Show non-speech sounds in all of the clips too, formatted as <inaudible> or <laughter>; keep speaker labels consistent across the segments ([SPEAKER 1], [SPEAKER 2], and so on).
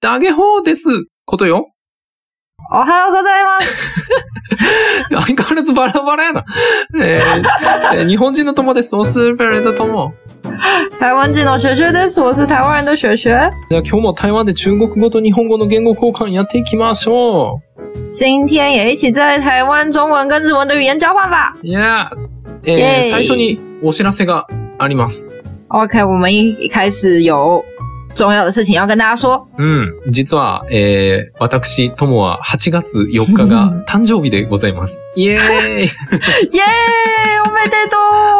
[SPEAKER 1] ダゲホーですことよ。
[SPEAKER 2] おはようございます。
[SPEAKER 1] 相変わらずバラバラやな。えーえー日本人の友です。オーストラリアの友。
[SPEAKER 2] 台湾技能学学です。我是台湾人的学学。
[SPEAKER 1] じゃあ今日も台湾で中国語と日本語の言語交換やっていきましょ
[SPEAKER 2] 今天也一起在台湾中文跟日文的语言交换吧。
[SPEAKER 1] う。いやー、
[SPEAKER 2] イ
[SPEAKER 1] えー
[SPEAKER 2] ェイ
[SPEAKER 1] 最初にお知らせがあります。
[SPEAKER 2] OK，我们一一开始有重要的事情要跟大家说。
[SPEAKER 1] うん。実は、えー、私、友は8月4日 <laughs> が誕生日でございます。イエーイ
[SPEAKER 2] 耶，我没得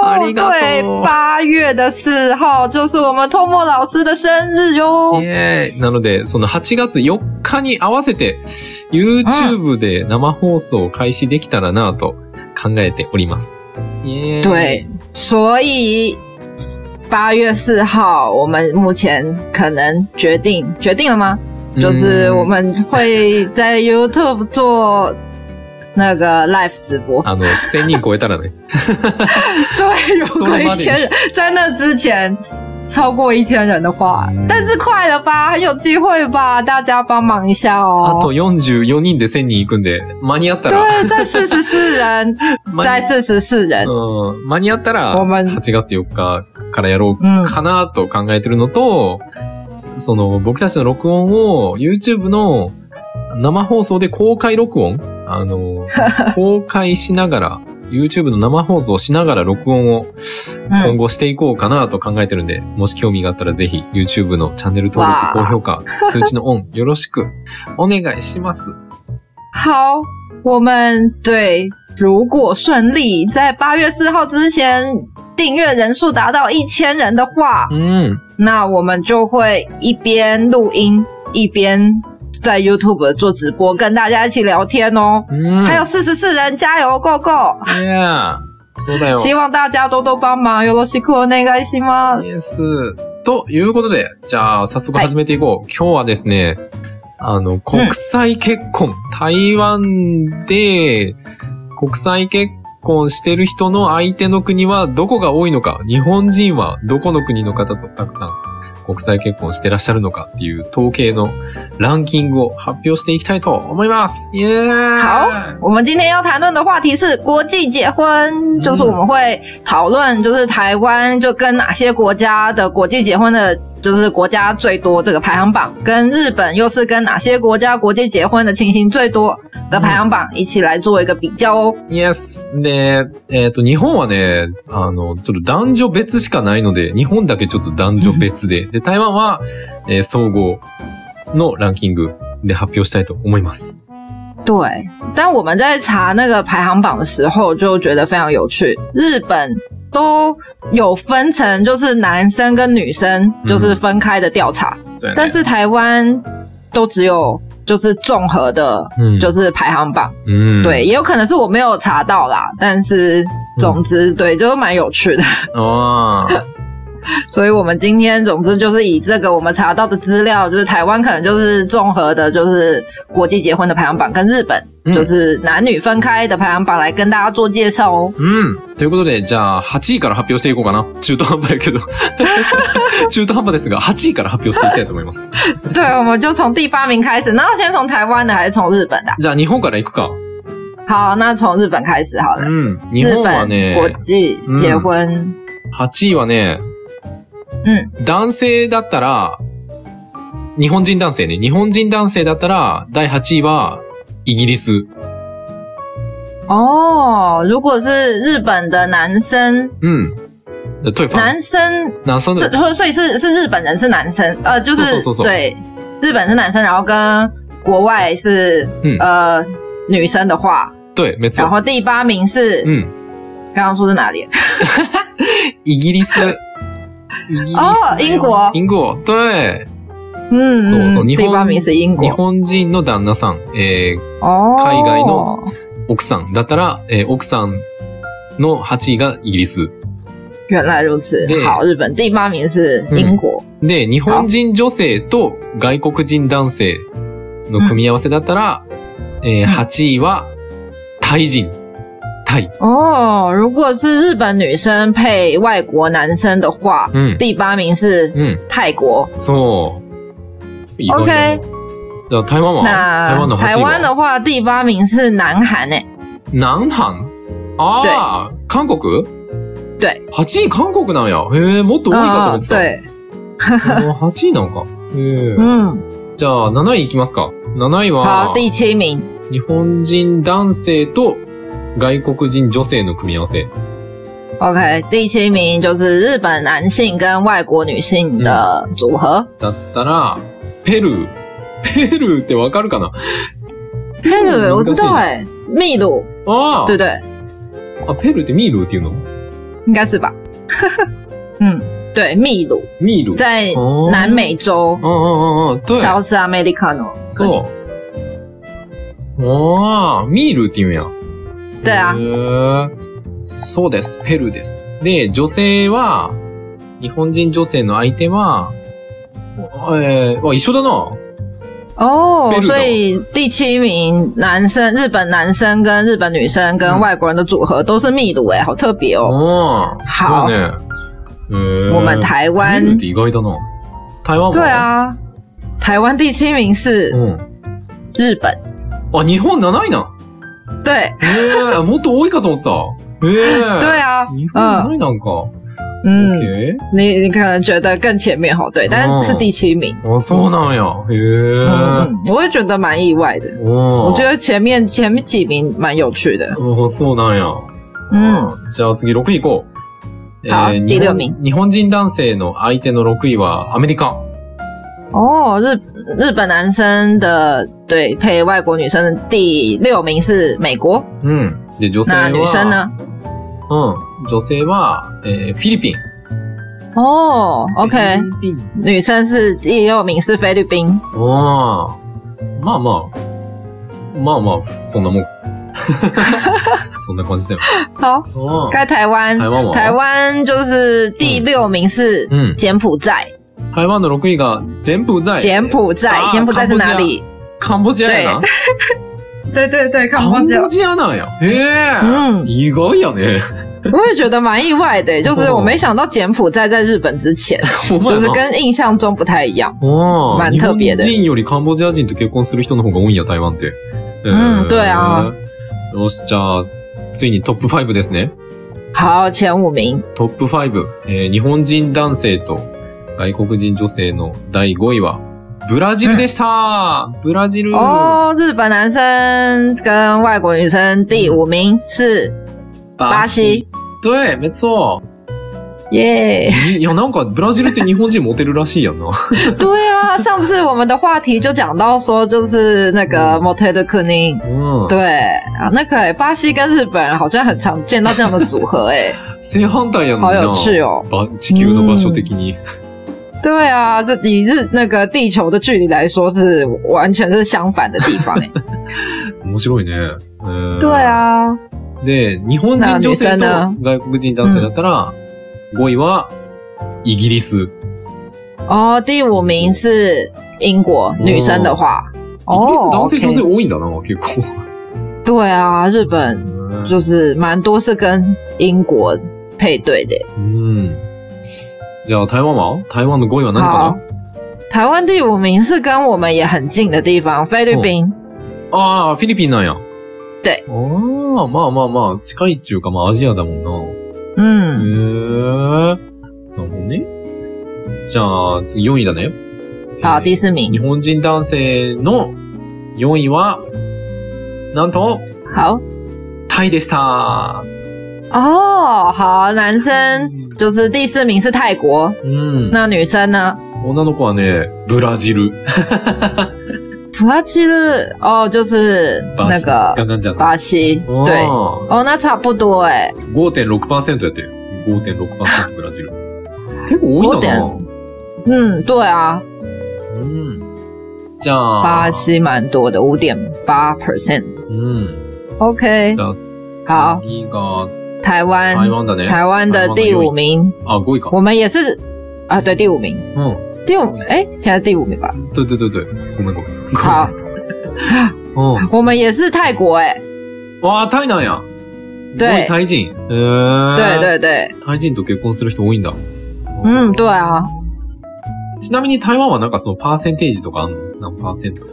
[SPEAKER 1] ありがと
[SPEAKER 2] 多。
[SPEAKER 1] う
[SPEAKER 2] 对，八月的四号就是我们托莫老师的生日哟
[SPEAKER 1] イ。エーイなので、その8月4日に合わせて、YouTube で生放送を開始できたらなぁと考えております。イエーイ
[SPEAKER 2] 对，所以八月四号我们目前可能决定决定了吗？就是我
[SPEAKER 1] うん
[SPEAKER 2] 们会在 YouTube 做那个 live 直播。
[SPEAKER 1] あの、1000人超えたらね。
[SPEAKER 2] 对，
[SPEAKER 1] 说
[SPEAKER 2] 如果
[SPEAKER 1] 了吗
[SPEAKER 2] 一千人在那之前超过一千人的话，但是快了吧，很有机会吧，大家帮忙一
[SPEAKER 1] <laughs>
[SPEAKER 2] 下
[SPEAKER 1] あと
[SPEAKER 2] 哦。
[SPEAKER 1] 44人で1000人行くんで、間に合ったら、
[SPEAKER 2] 对，在四十四人，
[SPEAKER 1] 間
[SPEAKER 2] 在
[SPEAKER 1] に
[SPEAKER 2] 四十四人，
[SPEAKER 1] うん間に合ったら、
[SPEAKER 2] 我们
[SPEAKER 1] 8月4日からやろう
[SPEAKER 2] 嗯，
[SPEAKER 1] かなと考えてるのと、その僕たちの録音を YouTube の生放送で公開録音あ
[SPEAKER 2] <laughs>
[SPEAKER 1] の、公開しながら、YouTube の生放送をしながら録音を今
[SPEAKER 2] 嗯，
[SPEAKER 1] 後していこうかなと考えてるんで、もし興味があったらぜひ YouTube のチャンネル登録、
[SPEAKER 2] わあ
[SPEAKER 1] 高評価、通知のオンよろしくお願いします。
[SPEAKER 2] 好，我们对，如果顺利在八月四号之前订阅人数达到一千人的话，
[SPEAKER 1] うん。
[SPEAKER 2] 那我们就会一边录音一边在 YouTube 做直播，跟大家一起聊天哦。
[SPEAKER 1] うん。
[SPEAKER 2] 还有四十四人，加油，Go Go！
[SPEAKER 1] いやーそうだよ。
[SPEAKER 2] 希望大家多多帮忙，よろしくお願いしま。
[SPEAKER 1] ですす。ということで、じゃあ早速始めていこう。今日はですね、あの、国際結婚、台湾で国際結婚してる人の相手の国はどこが多いのか、日本人はどこの国の方とたくさん国際結婚してらっしゃるのかっていう統計のランキングを発表していきたいと思います。イエーイ
[SPEAKER 2] 好我们今天要谈论的话题是国际结婚，就是我们会讨论，就是台湾就跟哪些国家的国际结婚的，就是国家最多这个排行榜，跟日本又是跟哪些国家国际结婚的情形最多的排行榜一起来做一个比较哦。
[SPEAKER 1] Yes. で、えっ、と、日本はね、あの、ちょっと男女別しかないので、日本だけちょっと男女別 <laughs> で、で、台湾は、えー総合のランキングで発表したいと思います。
[SPEAKER 2] 对，但我们在查那个排行榜的时候，就觉得非常有趣。日本都有分成，就是男生跟女生就是分开的调查，
[SPEAKER 1] そうや
[SPEAKER 2] 但是台湾都只有就是综合的，
[SPEAKER 1] うん
[SPEAKER 2] 就是排行榜。
[SPEAKER 1] うん。
[SPEAKER 2] 对，也有可能是我没有查到啦，但是总之、对，就是蛮有趣的。
[SPEAKER 1] ああ。
[SPEAKER 2] 所以我们今天总之就是以这个我们查到的资料，就是台湾可能就是综合的，就是国际结婚的排行榜，跟日本
[SPEAKER 1] 嗯
[SPEAKER 2] 就是男女分开的排行榜来跟大家做介绍哦。
[SPEAKER 1] うん。ということで、じゃあ、8位から発表していこうかな。中途半端やけ <laughs> ど。中途半端ですが、8位から発表していきたいと思います。
[SPEAKER 2] <laughs> 对，我们就从第八名开始，那要先从台湾的还是从日本的啊、
[SPEAKER 1] じゃあ、日本から行くか。
[SPEAKER 2] 好，那从日本开始好了。
[SPEAKER 1] うん。日
[SPEAKER 2] 日
[SPEAKER 1] 本は
[SPEAKER 2] 本
[SPEAKER 1] ね、
[SPEAKER 2] 国际结婚，
[SPEAKER 1] 8位はね、男性だったら、日本人男性ね。日本人男性だったら、第8位は、イギリス。
[SPEAKER 2] 哦，如果是日本的男生，
[SPEAKER 1] うん。对方。
[SPEAKER 2] 男生
[SPEAKER 1] 男生
[SPEAKER 2] 是
[SPEAKER 1] 的。
[SPEAKER 2] 所以是是日本人是男生，呃，就是
[SPEAKER 1] 搜搜搜搜
[SPEAKER 2] 对，日本是男生，然后跟国外是、
[SPEAKER 1] 嗯
[SPEAKER 2] 呃女生的话，
[SPEAKER 1] 对、没
[SPEAKER 2] 然
[SPEAKER 1] 错。
[SPEAKER 2] 后第八名是
[SPEAKER 1] うん。
[SPEAKER 2] 刚刚说是哪里？
[SPEAKER 1] イギリス。イギリス。
[SPEAKER 2] 哦，英。国，
[SPEAKER 1] 英国。对。
[SPEAKER 2] 嗯，
[SPEAKER 1] 搜搜
[SPEAKER 2] 嗯
[SPEAKER 1] 日本
[SPEAKER 2] 第八名是英
[SPEAKER 1] 日
[SPEAKER 2] 国，
[SPEAKER 1] 本人の旦那さん、えー、
[SPEAKER 2] 哦，
[SPEAKER 1] 海外の奥さんだったら、えー、奥さんの8位がイギリス。
[SPEAKER 2] 原来如此
[SPEAKER 1] 对，
[SPEAKER 2] 好，日本第八名是英国，
[SPEAKER 1] で、日本人女性と外国人男性の組み合わせだったら、えー
[SPEAKER 2] うん
[SPEAKER 1] 8位は、タイ人。タイ。
[SPEAKER 2] 哦，如果是日本女生配外国男生的话，
[SPEAKER 1] うん。
[SPEAKER 2] 第八名是
[SPEAKER 1] うん。
[SPEAKER 2] 泰国，
[SPEAKER 1] そ意外だな
[SPEAKER 2] OK
[SPEAKER 1] いや台湾は台湾
[SPEAKER 2] 那
[SPEAKER 1] の
[SPEAKER 2] 台
[SPEAKER 1] 8位
[SPEAKER 2] 湾
[SPEAKER 1] は
[SPEAKER 2] 的话，第八名是南韩诶、
[SPEAKER 1] 南韓ああ、韓国
[SPEAKER 2] 对。
[SPEAKER 1] 8位韓国なんや。へえ、もっと多いかと思ってた。
[SPEAKER 2] 嗯对，
[SPEAKER 1] <laughs> あー8位なんか。へえ。
[SPEAKER 2] 嗯，
[SPEAKER 1] じゃあ、7位いきますか。7位
[SPEAKER 2] 好，
[SPEAKER 1] は、
[SPEAKER 2] 第七名，
[SPEAKER 1] 日本人男性と外国人女性の組み合わせ。
[SPEAKER 2] OK，第七名就是日本男性跟外国女性的组合。
[SPEAKER 1] だったら、ペルー。ペルーってわかるかな嗯
[SPEAKER 2] 那、个哎我知道
[SPEAKER 1] 難しい
[SPEAKER 2] 哎、秘鲁，
[SPEAKER 1] あ
[SPEAKER 2] 对不对，
[SPEAKER 1] あ、あ、ペルーってミールーっていうの
[SPEAKER 2] 应该是吧？ <laughs> 嗯，对，秘鲁
[SPEAKER 1] ミール。
[SPEAKER 2] 在
[SPEAKER 1] 哦
[SPEAKER 2] 南美洲
[SPEAKER 1] うんうんうんうん。对。
[SPEAKER 2] ，South Americano。
[SPEAKER 1] そう。おー、ミールって言うんや。
[SPEAKER 2] 对啊
[SPEAKER 1] へーそうです、ペルーです。で、女性は、日本人女性の相手は、えー、あ一緒だな。
[SPEAKER 2] 哦
[SPEAKER 1] 秘鲁，的
[SPEAKER 2] 所以第七名男生，日本男生跟日本女生跟
[SPEAKER 1] 嗯
[SPEAKER 2] 外国人的组合都是秘鲁，哎，好特别哦。
[SPEAKER 1] おー、
[SPEAKER 2] 好
[SPEAKER 1] そうね。えー、
[SPEAKER 2] 我们台湾
[SPEAKER 1] ペルーって意外だな。台湾は
[SPEAKER 2] 对。啊，台湾第七名是
[SPEAKER 1] うん。
[SPEAKER 2] 日本，
[SPEAKER 1] あ、日本7位なん。
[SPEAKER 2] 对
[SPEAKER 1] えー、 <laughs> もっと多いかと思ってた。え <laughs> ー。
[SPEAKER 2] 对啊，
[SPEAKER 1] 日本7位なんか。オ
[SPEAKER 2] 嗯
[SPEAKER 1] ッ。ケ
[SPEAKER 2] 你你可能觉得更前面哦，对，但是是第七名，
[SPEAKER 1] ー。あ、そうなんや。へ
[SPEAKER 2] 嗯
[SPEAKER 1] ー。
[SPEAKER 2] 嗯，我也觉得蛮意外的。
[SPEAKER 1] お
[SPEAKER 2] 我
[SPEAKER 1] ー
[SPEAKER 2] 觉得前面前面几名蛮有趣的，
[SPEAKER 1] おーそうなんや。うん。
[SPEAKER 2] 嗯，
[SPEAKER 1] じゃあ次6位行こう。
[SPEAKER 2] 好
[SPEAKER 1] 日本
[SPEAKER 2] 第六名
[SPEAKER 1] 日本人男性の相手の6位はアメリカ。
[SPEAKER 2] 哦，日日本男生的对配外国女生的第六名是美国，
[SPEAKER 1] うん。で、女性は。
[SPEAKER 2] 那女生呢？
[SPEAKER 1] うん。女性は、えーフィリピン。
[SPEAKER 2] 哦，OK，
[SPEAKER 1] フィリピン。
[SPEAKER 2] 女生是第六名是菲律宾，
[SPEAKER 1] あーまあまあ。まあまあ、そんなもん。 <laughs> そんな感じだよ。
[SPEAKER 2] 好，
[SPEAKER 1] うん
[SPEAKER 2] 该台湾，
[SPEAKER 1] 台湾は
[SPEAKER 2] 台湾就是第六名是
[SPEAKER 1] 嗯
[SPEAKER 2] 柬埔寨，
[SPEAKER 1] 台湾の6位がジェンプザイ。
[SPEAKER 2] 柬埔寨，
[SPEAKER 1] 啊
[SPEAKER 2] 柬埔寨是
[SPEAKER 1] 柬
[SPEAKER 2] 哪
[SPEAKER 1] 埔寨
[SPEAKER 2] 里？
[SPEAKER 1] カンボジアやな。
[SPEAKER 2] 对对对，
[SPEAKER 1] <laughs> カンボジアなんや。へえ。
[SPEAKER 2] うん
[SPEAKER 1] 意外やね。
[SPEAKER 2] 我也觉得蛮意外的，欸就是我没想到柬埔寨在日本之 <laughs> 前，
[SPEAKER 1] ほんまやな
[SPEAKER 2] 就是跟印象中不太一样。
[SPEAKER 1] 哦，
[SPEAKER 2] 蛮特别的
[SPEAKER 1] 日本人よりカンボジア人と結婚する人の方が多いんや、台湾って。
[SPEAKER 2] うん对啊。
[SPEAKER 1] よし、じゃあ、ついにトップ5ですね。
[SPEAKER 2] 好，前五名，
[SPEAKER 1] トップ5。えー日本人男性と外国人女性の第5位は、ブラジルでした、ブラジル。
[SPEAKER 2] 哦，日本男生跟外国女生第五名是巴西，
[SPEAKER 1] 对、没错。。
[SPEAKER 2] 耶
[SPEAKER 1] にいや、なんか、ブラジルって日本人モテるらしいやんな。
[SPEAKER 2] <laughs> 对啊，上次我们的话题就讲到说，就是那个
[SPEAKER 1] 嗯
[SPEAKER 2] m o t e d k u n i
[SPEAKER 1] うん。
[SPEAKER 2] 对啊，那个、巴西跟日本人好像很常见到这样的组合、哎，
[SPEAKER 1] 正反対やんな。
[SPEAKER 2] 好有趣哦
[SPEAKER 1] ば地球の場所的に。
[SPEAKER 2] 对啊，这以日那个地球的距离来说是完全是相反的地方、哎。
[SPEAKER 1] 面白いね。えー
[SPEAKER 2] <laughs> 对啊，
[SPEAKER 1] で、日本人女性と外国人男性だったら、5位はイギリス。イギ
[SPEAKER 2] 哦，第五名是英国女生的话，哦
[SPEAKER 1] リス男性
[SPEAKER 2] OK
[SPEAKER 1] 女性多いんだな、結構。
[SPEAKER 2] 对啊，日本就是蛮多是跟英国配对的。
[SPEAKER 1] うん。じゃあ台湾は台湾の5位は何
[SPEAKER 2] 好
[SPEAKER 1] か，
[SPEAKER 2] 台湾第五名是跟我们也很近的地方，菲律宾。
[SPEAKER 1] なああ、フィリピンなんや。
[SPEAKER 2] で。
[SPEAKER 1] ああ、まあまあまあ、近いっちゅうか、まあアジアだもんな。へ
[SPEAKER 2] 嗯，
[SPEAKER 1] え。なるほどね。じゃあ、次4位だね。
[SPEAKER 2] 好，
[SPEAKER 1] えー
[SPEAKER 2] 第四
[SPEAKER 1] 日
[SPEAKER 2] 名，
[SPEAKER 1] 本人男性の4位は、なんと、
[SPEAKER 2] 好
[SPEAKER 1] タイでした。
[SPEAKER 2] 哦，好，男生就是第四名是泰国，
[SPEAKER 1] うん。
[SPEAKER 2] 那女生呢？
[SPEAKER 1] 女の子はね、ブラジル。
[SPEAKER 2] 普拉基日哦，就是
[SPEAKER 1] バ
[SPEAKER 2] 那
[SPEAKER 1] シ
[SPEAKER 2] 个
[SPEAKER 1] ガンガンじゃない。
[SPEAKER 2] 巴西，对，
[SPEAKER 1] あ
[SPEAKER 2] 哦，那差不多哎、
[SPEAKER 1] ー5.6%やってる。5.6%ブラジル。結構多いんだな。
[SPEAKER 2] 嗯，对啊，
[SPEAKER 1] うん。じゃあ、
[SPEAKER 2] 巴西蛮多的，五点八 percent。
[SPEAKER 1] うん。
[SPEAKER 2] OK，好
[SPEAKER 1] 次が、
[SPEAKER 2] 台湾，
[SPEAKER 1] 台湾だね。
[SPEAKER 2] 台湾的第五名，
[SPEAKER 1] あ、5位か。
[SPEAKER 2] 我们也是啊，对，第五名，
[SPEAKER 1] う
[SPEAKER 2] 第五，哎，现在第五名吧。
[SPEAKER 1] ん。对对对对。ごめんごめん。
[SPEAKER 2] 好，
[SPEAKER 1] ごめん。うん。
[SPEAKER 2] 我们也是泰国，哎，
[SPEAKER 1] わあ、タイなんや。
[SPEAKER 2] 对
[SPEAKER 1] 5位タイ人。へー
[SPEAKER 2] 嗯对。对对，
[SPEAKER 1] タイ人と結婚する人多いんだ。
[SPEAKER 2] 嗯，对啊，
[SPEAKER 1] ちなみに台湾はなんかそのパーセンテージとかあんの何パーセント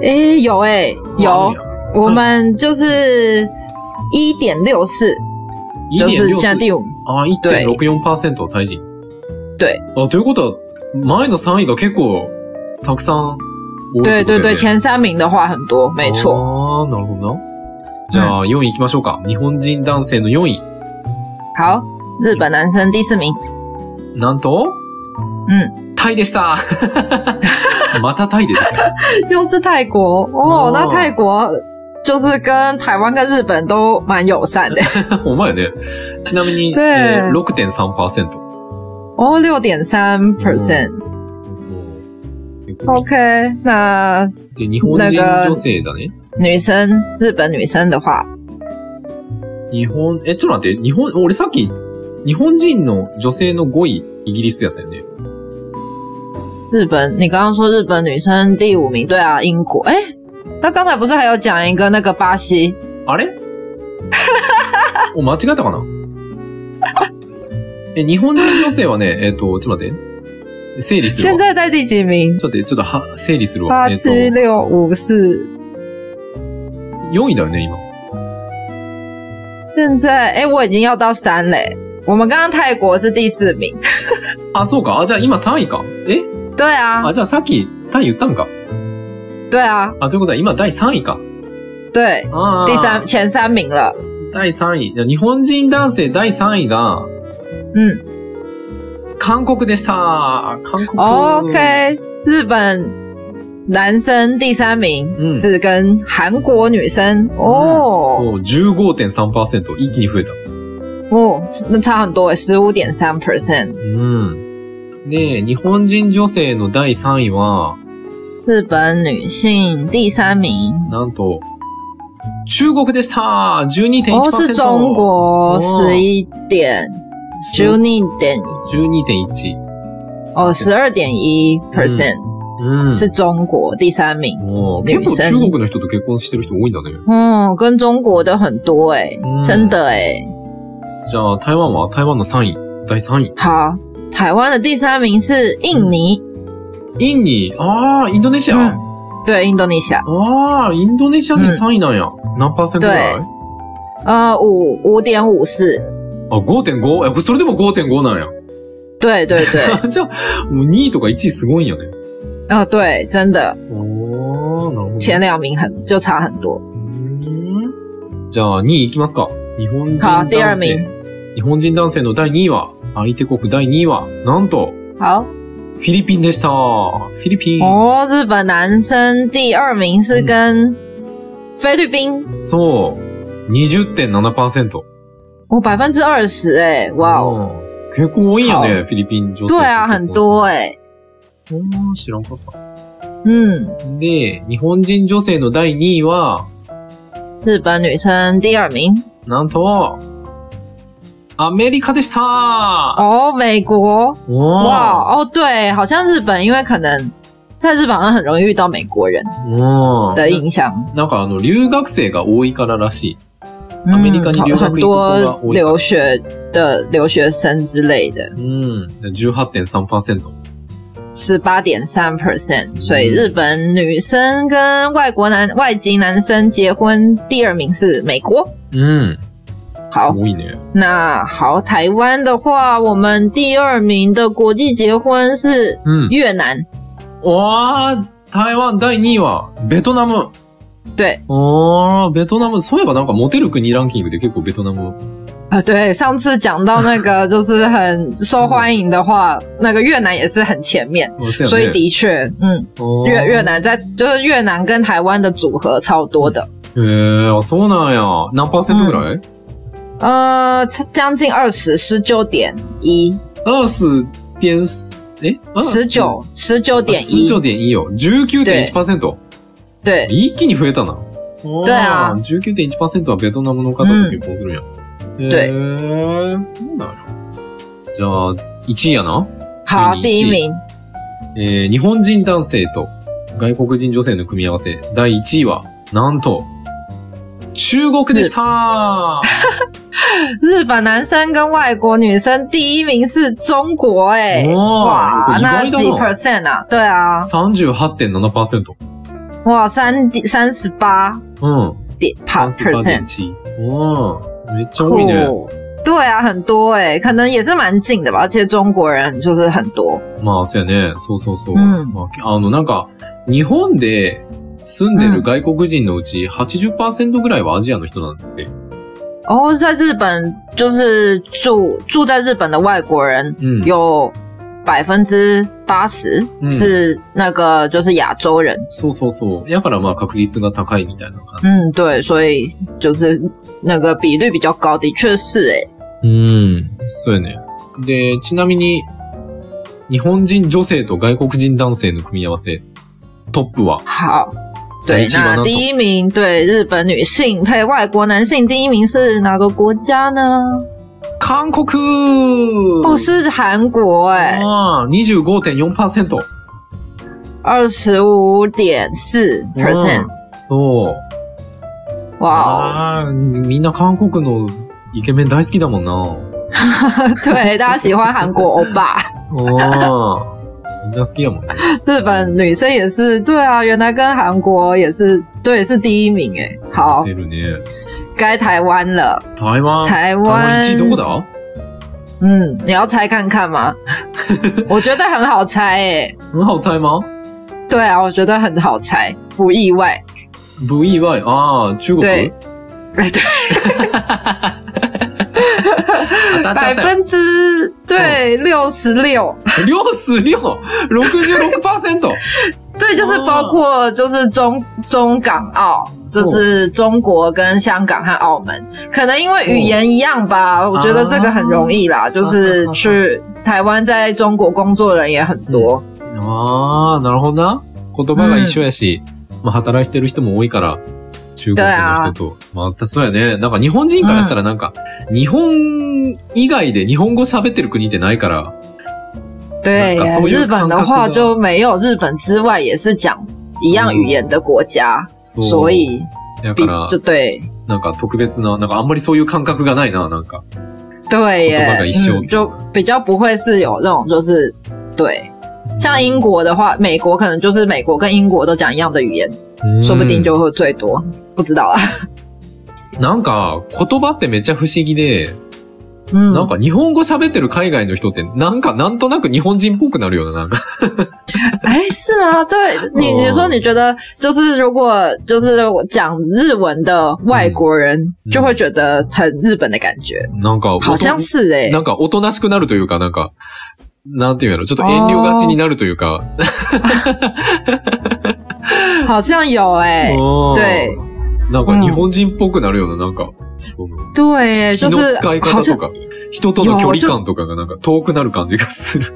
[SPEAKER 2] 诶、有诶、有，我们就是一点六四，
[SPEAKER 1] 1.64
[SPEAKER 2] 就是现在第五，
[SPEAKER 1] あ、1.64%タイ人。
[SPEAKER 2] 对
[SPEAKER 1] あ、ということは、前の3位が結構、たくさん多いってこと
[SPEAKER 2] 对对哦
[SPEAKER 1] だよ
[SPEAKER 2] 对，
[SPEAKER 1] ね。
[SPEAKER 2] 前三名的话很多，没错。
[SPEAKER 1] あーなるほどな。じゃあ、4位行きましょうか。日本人男性の4位。
[SPEAKER 2] 好，日本男生第四名，
[SPEAKER 1] なんと、
[SPEAKER 2] 嗯，
[SPEAKER 1] タイでした <laughs> またタイ出てきた。
[SPEAKER 2] 又是泰国
[SPEAKER 1] 哦
[SPEAKER 2] 哦那泰国就是跟台湾跟日本都蛮友善的
[SPEAKER 1] <laughs>
[SPEAKER 2] <laughs>
[SPEAKER 1] お前ね。ちなみに、
[SPEAKER 2] 对
[SPEAKER 1] えー6.3%。
[SPEAKER 2] 哦，六点三 percent。
[SPEAKER 1] そうそう。
[SPEAKER 2] OK，那
[SPEAKER 1] で、日本人女性だね。
[SPEAKER 2] 女生日本女生的话，
[SPEAKER 1] 日本、え、ちょっと待って、日本、俺さっき、日本人の女性の5位、イギリスやったよね。
[SPEAKER 2] 日本，你刚刚说日本女生第五名，对啊，英国。哎、那刚才不是还有讲一个那个巴西？
[SPEAKER 1] あ
[SPEAKER 2] <laughs>
[SPEAKER 1] れお、間違えたかなえ、日本人女性はね、えっ、と、ちょっと待って。整理する
[SPEAKER 2] 现
[SPEAKER 1] わ。
[SPEAKER 2] 在在第几名？
[SPEAKER 1] ちょっと待って、ちょっとは、整理するわ。
[SPEAKER 2] 八
[SPEAKER 1] えっ、
[SPEAKER 2] 七
[SPEAKER 1] と、
[SPEAKER 2] 六五四。
[SPEAKER 1] 4位だよね、今。
[SPEAKER 2] 现在哎、我已经要到三嘞。我们刚刚泰国是第四名。
[SPEAKER 1] あ、そうか。あ、じゃあ今3位か。え
[SPEAKER 2] 对啊，
[SPEAKER 1] あ、じゃあさっき、タイ言ったんか。
[SPEAKER 2] 对啊，
[SPEAKER 1] あ、ということは今第3位か。
[SPEAKER 2] 对，
[SPEAKER 1] ああ。
[SPEAKER 2] 第三。前三名了。
[SPEAKER 1] 第3位。いや日本人男性第3位が、
[SPEAKER 2] 嗯
[SPEAKER 1] 韓国でした。韓国。
[SPEAKER 2] ，OK，日本。男生第三名
[SPEAKER 1] 嗯
[SPEAKER 2] 是跟韩国女生、哦
[SPEAKER 1] そう、15.3%。一気に増えた。
[SPEAKER 2] 哦，那差很多诶，十五点三 percent。
[SPEAKER 1] うん。で、日本人女性の第3位は、
[SPEAKER 2] 日本女性第三名，
[SPEAKER 1] なんと、中国でした !12.1%。
[SPEAKER 2] 哦，是中国十一点
[SPEAKER 1] 12
[SPEAKER 2] Juni 点
[SPEAKER 1] 12.1。嗯
[SPEAKER 2] 哦，十二点一 percent
[SPEAKER 1] うん。
[SPEAKER 2] 是中国第三名，
[SPEAKER 1] もう結構
[SPEAKER 2] 女性
[SPEAKER 1] 中国の人と結婚してる人多いんだね。
[SPEAKER 2] 嗯，跟中国的很多哎、
[SPEAKER 1] 嗯
[SPEAKER 2] 真的哎、
[SPEAKER 1] じゃあ、台湾は台湾の3位。第3位。
[SPEAKER 2] 好，台湾的第三名是印尼，
[SPEAKER 1] インニー。ああ、インドネシア。
[SPEAKER 2] 嗯对，印度尼西亚，
[SPEAKER 1] ああ、インドネシア人
[SPEAKER 2] うん
[SPEAKER 1] 3位なんや。何パーセントぐらい
[SPEAKER 2] 对呃，五五点五四，
[SPEAKER 1] あ、5.5? え、それでも5.5なんや。 <laughs>
[SPEAKER 2] 对对 <laughs> 对，
[SPEAKER 1] じゃあ、もう2位とか1位すごいんやね。
[SPEAKER 2] 啊、对，真的
[SPEAKER 1] おー、なるほど。
[SPEAKER 2] 前两名很就差很多。
[SPEAKER 1] じゃあ、2位いきますか。日本人
[SPEAKER 2] 好，
[SPEAKER 1] 男
[SPEAKER 2] 第二
[SPEAKER 1] 性
[SPEAKER 2] 名。，
[SPEAKER 1] 日本人男性の第2位は、相手国第2位は、なんと、
[SPEAKER 2] 好。
[SPEAKER 1] フィリピンでした。フィリピン。
[SPEAKER 2] 哦，日本男生第二名是跟菲律宾，
[SPEAKER 1] そう。20.7%。
[SPEAKER 2] 哦，百分之二十，哎，哇哦，
[SPEAKER 1] うん結構多いんやね、
[SPEAKER 2] 好
[SPEAKER 1] フィリピン女性と結婚
[SPEAKER 2] 对
[SPEAKER 1] する。
[SPEAKER 2] 啊，很多哎、
[SPEAKER 1] おー。知らんかった。
[SPEAKER 2] 嗯，
[SPEAKER 1] で、日本人女性の第2位は、
[SPEAKER 2] 日本女生第二名，
[SPEAKER 1] なんと、アメリカでした
[SPEAKER 2] 哦，美国，
[SPEAKER 1] おー
[SPEAKER 2] 哇，哦，对，好像日本，因为可能在日本好像很容易遇到美国人
[SPEAKER 1] うん
[SPEAKER 2] 的印象，
[SPEAKER 1] なんかあの、留学生が多いかららしい。
[SPEAKER 2] 嗯，
[SPEAKER 1] 美国
[SPEAKER 2] 好
[SPEAKER 1] 留学
[SPEAKER 2] 很多
[SPEAKER 1] 我
[SPEAKER 2] 留学的留学生之类的，
[SPEAKER 1] うん。18.3%。
[SPEAKER 2] 十八点三 percent，所以日本女生跟外国男外籍男生结婚，第二名是美国。
[SPEAKER 1] うん。
[SPEAKER 2] 好，
[SPEAKER 1] 多いね。
[SPEAKER 2] 那好，台湾的话，我们第二名的国际结婚是
[SPEAKER 1] うん。
[SPEAKER 2] 越南，
[SPEAKER 1] わー、台湾第2位は、ベトナム。
[SPEAKER 2] 对，
[SPEAKER 1] おー、ベトナム。そういえばなんかモテる国ランキングで結構ベトナム。
[SPEAKER 2] 啊、对，上次讲到那个就是很受欢迎的话，那个越南也是很前面，
[SPEAKER 1] そう
[SPEAKER 2] 所
[SPEAKER 1] や
[SPEAKER 2] 以
[SPEAKER 1] ね。
[SPEAKER 2] 的确，嗯，
[SPEAKER 1] おー
[SPEAKER 2] 越越南在就是越南跟台湾的组合超多的，
[SPEAKER 1] へー、あそうなんや。何パーセントぐらい
[SPEAKER 2] 呃，将近二十，十九点一，
[SPEAKER 1] アース、点、え
[SPEAKER 2] 十九，十九点
[SPEAKER 1] 十
[SPEAKER 2] 一，
[SPEAKER 1] 九点いいよ。19.1%。
[SPEAKER 2] 对，
[SPEAKER 1] 一気に増えたな。
[SPEAKER 2] 对啊
[SPEAKER 1] あー19.1%はベトナムの方と結婚するんや。へー、そうなんや。じゃあ、1位やな。
[SPEAKER 2] 好，
[SPEAKER 1] ついに
[SPEAKER 2] 第一
[SPEAKER 1] 一位
[SPEAKER 2] 名，
[SPEAKER 1] えー日本人男性と外国人女性の組み合わせ、第1位は、なんと、中国でした
[SPEAKER 2] 日本男生跟外国女生第一名是中国、欸，哎，
[SPEAKER 1] おー
[SPEAKER 2] 哇，
[SPEAKER 1] 意
[SPEAKER 2] 那
[SPEAKER 1] 外だ
[SPEAKER 2] 几 percent 啊？对啊，
[SPEAKER 1] 38.7%。
[SPEAKER 2] 哇，三三十八
[SPEAKER 1] うん。
[SPEAKER 2] 点 percent，
[SPEAKER 1] 38.1。うん。めっちゃ多いね。
[SPEAKER 2] 酷对啊，很多哎、可能也是蛮近的吧，而且中国人就是很多，
[SPEAKER 1] まあ、そうやね。そうそうそう。
[SPEAKER 2] うん
[SPEAKER 1] まあ、あの、なんか、日本で住んでる外国人のうち80%ぐらいはアジアの人なんだって。
[SPEAKER 2] 然后哦在日本就是住住在日本的外国人
[SPEAKER 1] うん。
[SPEAKER 2] 有百分之八十
[SPEAKER 1] 嗯
[SPEAKER 2] 是那个就是亚洲人，
[SPEAKER 1] そうそうそう。やからまあ確率が高いみたいな感じ。
[SPEAKER 2] 嗯，对，所以就是那个比率比较高，的确是哎、
[SPEAKER 1] うん。そうやね。で、ちなみに、日本人女性と外国人男性の組み合わせ、トップは、
[SPEAKER 2] 好，对
[SPEAKER 1] 第一，季吗
[SPEAKER 2] 那
[SPEAKER 1] 那
[SPEAKER 2] 第一名对日本女性配外国男性，第一名是哪个国家呢？
[SPEAKER 1] 韓国嗯
[SPEAKER 2] 哦，是韩国哎、
[SPEAKER 1] ああ、25.4%。
[SPEAKER 2] 二十五点四 percent，
[SPEAKER 1] うんそう。
[SPEAKER 2] 哇哦，
[SPEAKER 1] ああ、みんな韓国のイケメン大好きだもん <laughs> な。
[SPEAKER 2] <laughs> 对，大家喜欢韩国欧巴，
[SPEAKER 1] ああ、みんな好きやもんね。
[SPEAKER 2] 日本女生也是，对啊，原来跟韩国也是，对，是第一名哎、好，
[SPEAKER 1] 出るね。
[SPEAKER 2] 该台湾了，
[SPEAKER 1] 台湾。
[SPEAKER 2] 台
[SPEAKER 1] 台湾
[SPEAKER 2] 湾
[SPEAKER 1] 1位どこだ
[SPEAKER 2] 嗯，你要猜看看吗？ <laughs> 我觉得很好猜诶、
[SPEAKER 1] 很好猜吗
[SPEAKER 2] 对啊，我觉得很好猜，不意外。
[SPEAKER 1] ?VY。ああ、中国 <laughs>
[SPEAKER 2] 对哎，对，
[SPEAKER 1] 当たっちゃった
[SPEAKER 2] 百
[SPEAKER 1] よ。
[SPEAKER 2] 分之对六十六，
[SPEAKER 1] 量数量 !66%!
[SPEAKER 2] 对，就是包括就是中中港澳，就是中国跟香港和澳门，可能因为语言一样吧，我觉得这个很容易啦，就是去台湾在中国工作人也很多，
[SPEAKER 1] ああ、なるほどな。言葉が一緒やし、まあ働いてる人も多いから、中国の人と。まあ、そうやね。なんか日本人からしたらなんか、日本以外で日本語喋ってる国ってないから、
[SPEAKER 2] 对
[SPEAKER 1] 那所，以
[SPEAKER 2] 日本的话
[SPEAKER 1] 看看这个啊
[SPEAKER 2] 就没有日本之外也是讲一样语言的国家，
[SPEAKER 1] そう。
[SPEAKER 2] 所以
[SPEAKER 1] だか
[SPEAKER 2] 比
[SPEAKER 1] ら
[SPEAKER 2] 就、对。
[SPEAKER 1] なんか特別な、なんかあんまりそういう感覚がないな、なんか。
[SPEAKER 2] 对
[SPEAKER 1] 言
[SPEAKER 2] 耶
[SPEAKER 1] 葉，的一修
[SPEAKER 2] 嗯就比较不会是有那种就是对，像英国的话，美国可能就是美国跟英国都讲一样的语言，
[SPEAKER 1] うん
[SPEAKER 2] 说不定就会最多，不知道啊。
[SPEAKER 1] なんか、言葉ってめっちゃ不思議で、
[SPEAKER 2] 嗯，
[SPEAKER 1] なんか日本語喋ってる海外の人って、なんかなんとなく日本人っぽくなるような、なんか。
[SPEAKER 2] <laughs> 哎，是吗？对你，
[SPEAKER 1] 哦
[SPEAKER 2] 你说你觉得就是如果就是我讲日文的外国人，
[SPEAKER 1] 嗯
[SPEAKER 2] 就会觉得很日本的感觉，
[SPEAKER 1] なんか、
[SPEAKER 2] 好像是哎、
[SPEAKER 1] なんかおとなしくなるというか、なんか、なんていうんやろ、ちょっと遠慮がちになるというか。
[SPEAKER 2] 好像有哎、
[SPEAKER 1] うん
[SPEAKER 2] 对。
[SPEAKER 1] なんか日本人っぽくなるような、なんか、その、
[SPEAKER 2] 对耶，
[SPEAKER 1] 気
[SPEAKER 2] 就
[SPEAKER 1] の
[SPEAKER 2] 是
[SPEAKER 1] 使い
[SPEAKER 2] 好
[SPEAKER 1] 方
[SPEAKER 2] 像
[SPEAKER 1] とか、人との距離感とかがなんか遠くなる感じがする。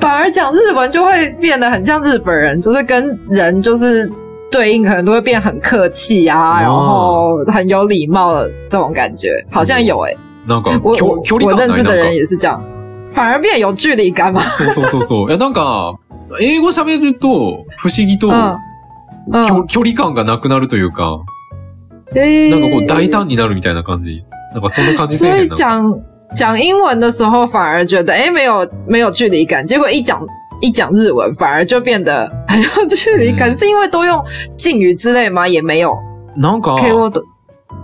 [SPEAKER 2] 反而讲日文就会变得很像日本人，就是跟人就是对应，可能都会变很客气啊，
[SPEAKER 1] 哦
[SPEAKER 2] 然后很有礼貌的这种感觉，好像有诶、
[SPEAKER 1] なんか、
[SPEAKER 2] 我
[SPEAKER 1] きょ
[SPEAKER 2] 我
[SPEAKER 1] 距離
[SPEAKER 2] 我
[SPEAKER 1] 感ない
[SPEAKER 2] 认识
[SPEAKER 1] な
[SPEAKER 2] 的
[SPEAKER 1] んか
[SPEAKER 2] 人。也是这样，反而变有距离感嘛。
[SPEAKER 1] そうそうそうそう。いや、なんか、英語喋ると、不思議と、
[SPEAKER 2] 嗯
[SPEAKER 1] きょ
[SPEAKER 2] 嗯，
[SPEAKER 1] 距離感がなくなるというか、
[SPEAKER 2] 诶
[SPEAKER 1] なんかこう大胆になるみたいな感じ。なんかそんな感じせえへん
[SPEAKER 2] 所以
[SPEAKER 1] な。
[SPEAKER 2] 讲讲英文的时候，反而觉得诶没有没有距离感，结果一讲。一讲日文反而就变得很有距离感，
[SPEAKER 1] 嗯
[SPEAKER 2] 是因为都用敬语之类吗？也没有
[SPEAKER 1] なんか、
[SPEAKER 2] K O 的，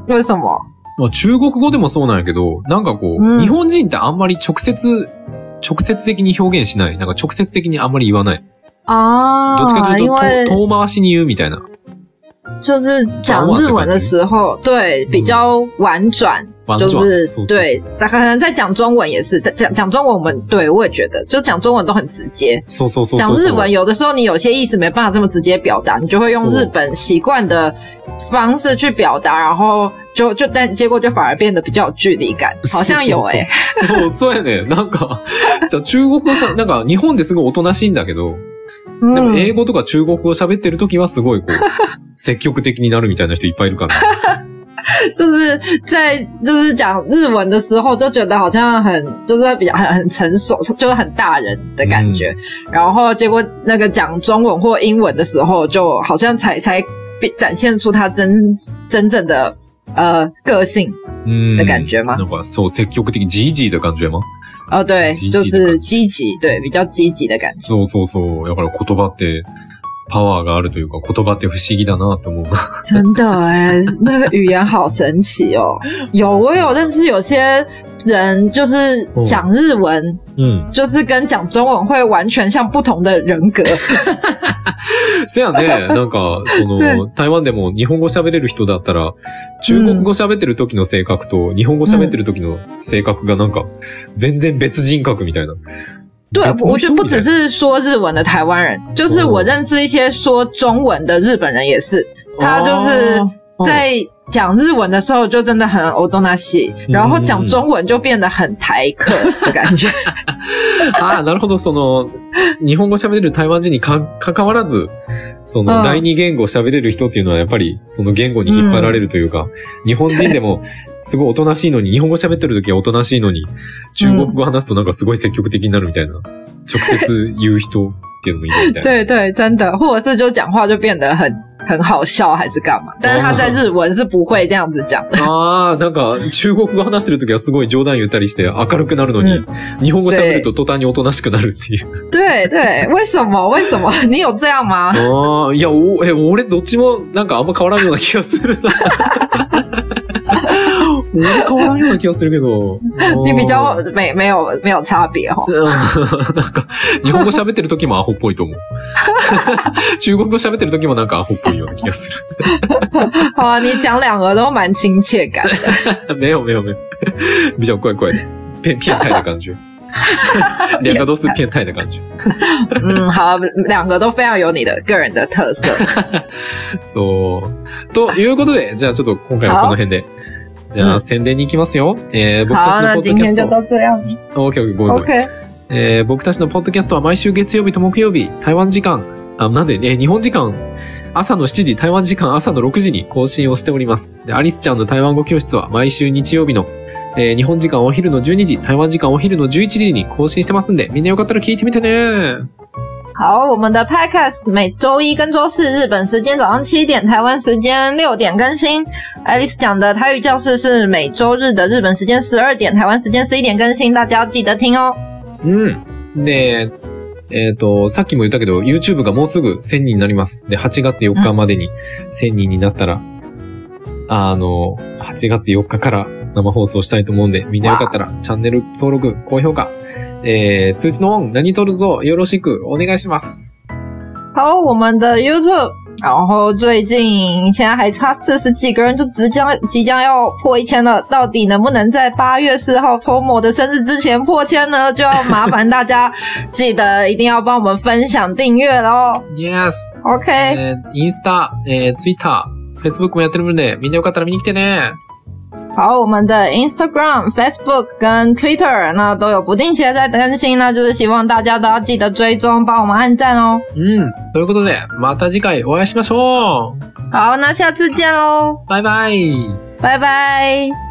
[SPEAKER 2] 为什么？
[SPEAKER 1] まあ中国語でもそうなんやけど、なんかこう、
[SPEAKER 2] うん
[SPEAKER 1] 日本人ってあんまり直接、直接的に表現しない。なんか直接的にあんまり言わない。
[SPEAKER 2] 啊，
[SPEAKER 1] どっちかという
[SPEAKER 2] 因
[SPEAKER 1] と、
[SPEAKER 2] 为
[SPEAKER 1] と遠回しに言うみたいな。
[SPEAKER 2] 就是讲日文的时候，对比较婉转，
[SPEAKER 1] 婉
[SPEAKER 2] 就
[SPEAKER 1] 转。
[SPEAKER 2] 是
[SPEAKER 1] そうそう
[SPEAKER 2] 对，可能在讲中文也是，在讲讲中文，我们对我也觉得，就讲中文都很直接。
[SPEAKER 1] そうそうそう
[SPEAKER 2] 讲
[SPEAKER 1] そうそう。
[SPEAKER 2] 日文有的时候你有些意思没办法这么直接表达，你就会用
[SPEAKER 1] 是
[SPEAKER 2] 日本习惯的方式去表达，然后就就但结果就反而变得比较有距离感，好像有哎、
[SPEAKER 1] そうそうそう。そう、そうやね。なんか、じゃあ中国語さ、なんか日本ですごいおとなしいんだけど、でも英
[SPEAKER 2] 嗯，
[SPEAKER 1] 語とか中国語喋ってる時はすごいこ
[SPEAKER 2] <laughs>
[SPEAKER 1] う、積極的になるみたいな人いっぱいいるから。
[SPEAKER 2] 就是在就是讲日文的时候，就觉得好像很就是比较很很成熟，就是很大人的感觉。然后结果那个讲中文或英文的时候，就好像才才展现出他真真正的呃个性
[SPEAKER 1] 嗯
[SPEAKER 2] 的感觉吗
[SPEAKER 1] なんかそう、積極的、ジージー的感觉吗
[SPEAKER 2] 哦，对，
[SPEAKER 1] 积极
[SPEAKER 2] 就
[SPEAKER 1] 的感觉
[SPEAKER 2] 是积极，对，比较积极的感觉。
[SPEAKER 1] そうそうそう。だから言葉って、パワーがあるというか、言葉って不思議だなと思う。
[SPEAKER 2] <laughs> 真的哎、那个语言好神奇 <laughs> 哦。有，我有认识有些人就是讲日文，
[SPEAKER 1] うん。
[SPEAKER 2] 就是跟讲中文会完全像不同的人 <laughs> 格。
[SPEAKER 1] せやね、なんか、その、台湾でも日本語喋れる人だったら、中国語喋ってる時の性格と、日本語喋ってる時の性格がなんか、全然別人格みたいな。
[SPEAKER 2] 对，
[SPEAKER 1] 別
[SPEAKER 2] 我
[SPEAKER 1] の
[SPEAKER 2] 觉
[SPEAKER 1] 人
[SPEAKER 2] 得
[SPEAKER 1] み
[SPEAKER 2] 不
[SPEAKER 1] たいな
[SPEAKER 2] 只是说日文的台湾人，就是我认识一些说中文的日本人也是，他就是在讲日文的时候就真的很欧东那西，然后讲中文就变得很台客的感觉。
[SPEAKER 1] ああ、なるほど。その、日本語喋れる台湾人にか、関わらず、その、
[SPEAKER 2] うん
[SPEAKER 1] 第二言語喋れる人っていうのは、やっぱり、その言語に引っ張られるというか、日本人でも、すごいおとなしいのに、日本語喋ってる時はおとなしいのに、中国語話すとなんかすごい積極的になるみたいな、直接言う人っていうのもいるみ
[SPEAKER 2] <laughs>
[SPEAKER 1] たいな。
[SPEAKER 2] 对对，真的，或者是就讲话就变得很很好笑，还是干嘛？但是他在日文是不会这样子讲的。
[SPEAKER 1] ああ、なんか、中国語話してる時はすごい冗談言ったりして明るくなるのに、
[SPEAKER 2] う
[SPEAKER 1] 日本語喋ると途端におとなしくなるっていう。
[SPEAKER 2] 对对，为什么？为什么？ <laughs> 你有这样吗？
[SPEAKER 1] ああ、いや、お、え、俺どっちもなんかあんま変わらんような気がするな。 <laughs> 俺変わらんような気がするけど。
[SPEAKER 2] 你比较
[SPEAKER 1] うん
[SPEAKER 2] 没没有没有差别
[SPEAKER 1] <laughs>
[SPEAKER 2] 哦。
[SPEAKER 1] なんか、日本語喋ってる時もアホっぽいと思う。 <laughs> 中国語喋ってる時もなんかアホっぽいような気がす
[SPEAKER 2] 好啊，你讲两个都蛮亲切感的。
[SPEAKER 1] る。 <laughs> 没有没有没有。比较怪怪的。变变态的感觉。两个都是变态的感觉。
[SPEAKER 2] 嗯，好，两个都非常有你的个人的特色。
[SPEAKER 1] そう。ということで、じゃあちょっと今回はこの辺で。じゃ
[SPEAKER 2] う
[SPEAKER 1] あ
[SPEAKER 2] ん
[SPEAKER 1] 宣伝に行きますよ。えー、僕た
[SPEAKER 2] 好，
[SPEAKER 1] ちの
[SPEAKER 2] 啊那
[SPEAKER 1] ポッド
[SPEAKER 2] 今
[SPEAKER 1] キャスト
[SPEAKER 2] 天就。到这样。
[SPEAKER 1] OK, OK, ごめんごめん
[SPEAKER 2] OK，
[SPEAKER 1] えー僕たちのポッドキャストは毎週月曜日と木曜日、台湾時間、あ、なんで、えー日本時間、朝の7時、台湾時間朝の6時に更新をしております。で、アリスちゃんの台湾語教室は毎週日曜日の、えー日本時間お昼の12時、台湾時間お昼の11時に更新してますんで、みんなよかったら聞いてみてね。
[SPEAKER 2] 好，我们的 Podcast 每周一跟周四日本时间早上七点，台湾时间六点更新。Alice 讲的台语教室是每周日的日本时间十二点，台湾时间十一点更新，大家要记得听哦。
[SPEAKER 1] うん。で、えっ、と、さっきも言ったけど、YouTube がもうすぐ1000人になります。で、8月4日までに1000人になったら、あの、8月4日から生放送したいと思うんで、みんなよかったら、チャンネル登録、高評価、えー、通知のオン、何撮るぞ、よろしくお願いします。
[SPEAKER 2] 好，我们的 YouTube。然后最近现在还差四十几个人，就即将即将要破一千了。到底能不能在八月四号 Tomo 的生日之前破千呢？就要麻烦大家记得一定要帮我们分享订阅喽。
[SPEAKER 1] Yes!
[SPEAKER 2] OK，、
[SPEAKER 1] えー、インスタ、えー、Twitter、Facebook もやってるんで、みんなよかったら見に来てね。
[SPEAKER 2] 好，我们的 Instagram、Facebook 跟 Twitter 那都有不定期的在更新，那就是希望大家都要记得追踪，帮我们按赞哦。
[SPEAKER 1] うん。ということで、また次回お会いしましょう
[SPEAKER 2] 好，那下次见喽，
[SPEAKER 1] バイバイ
[SPEAKER 2] 拜拜。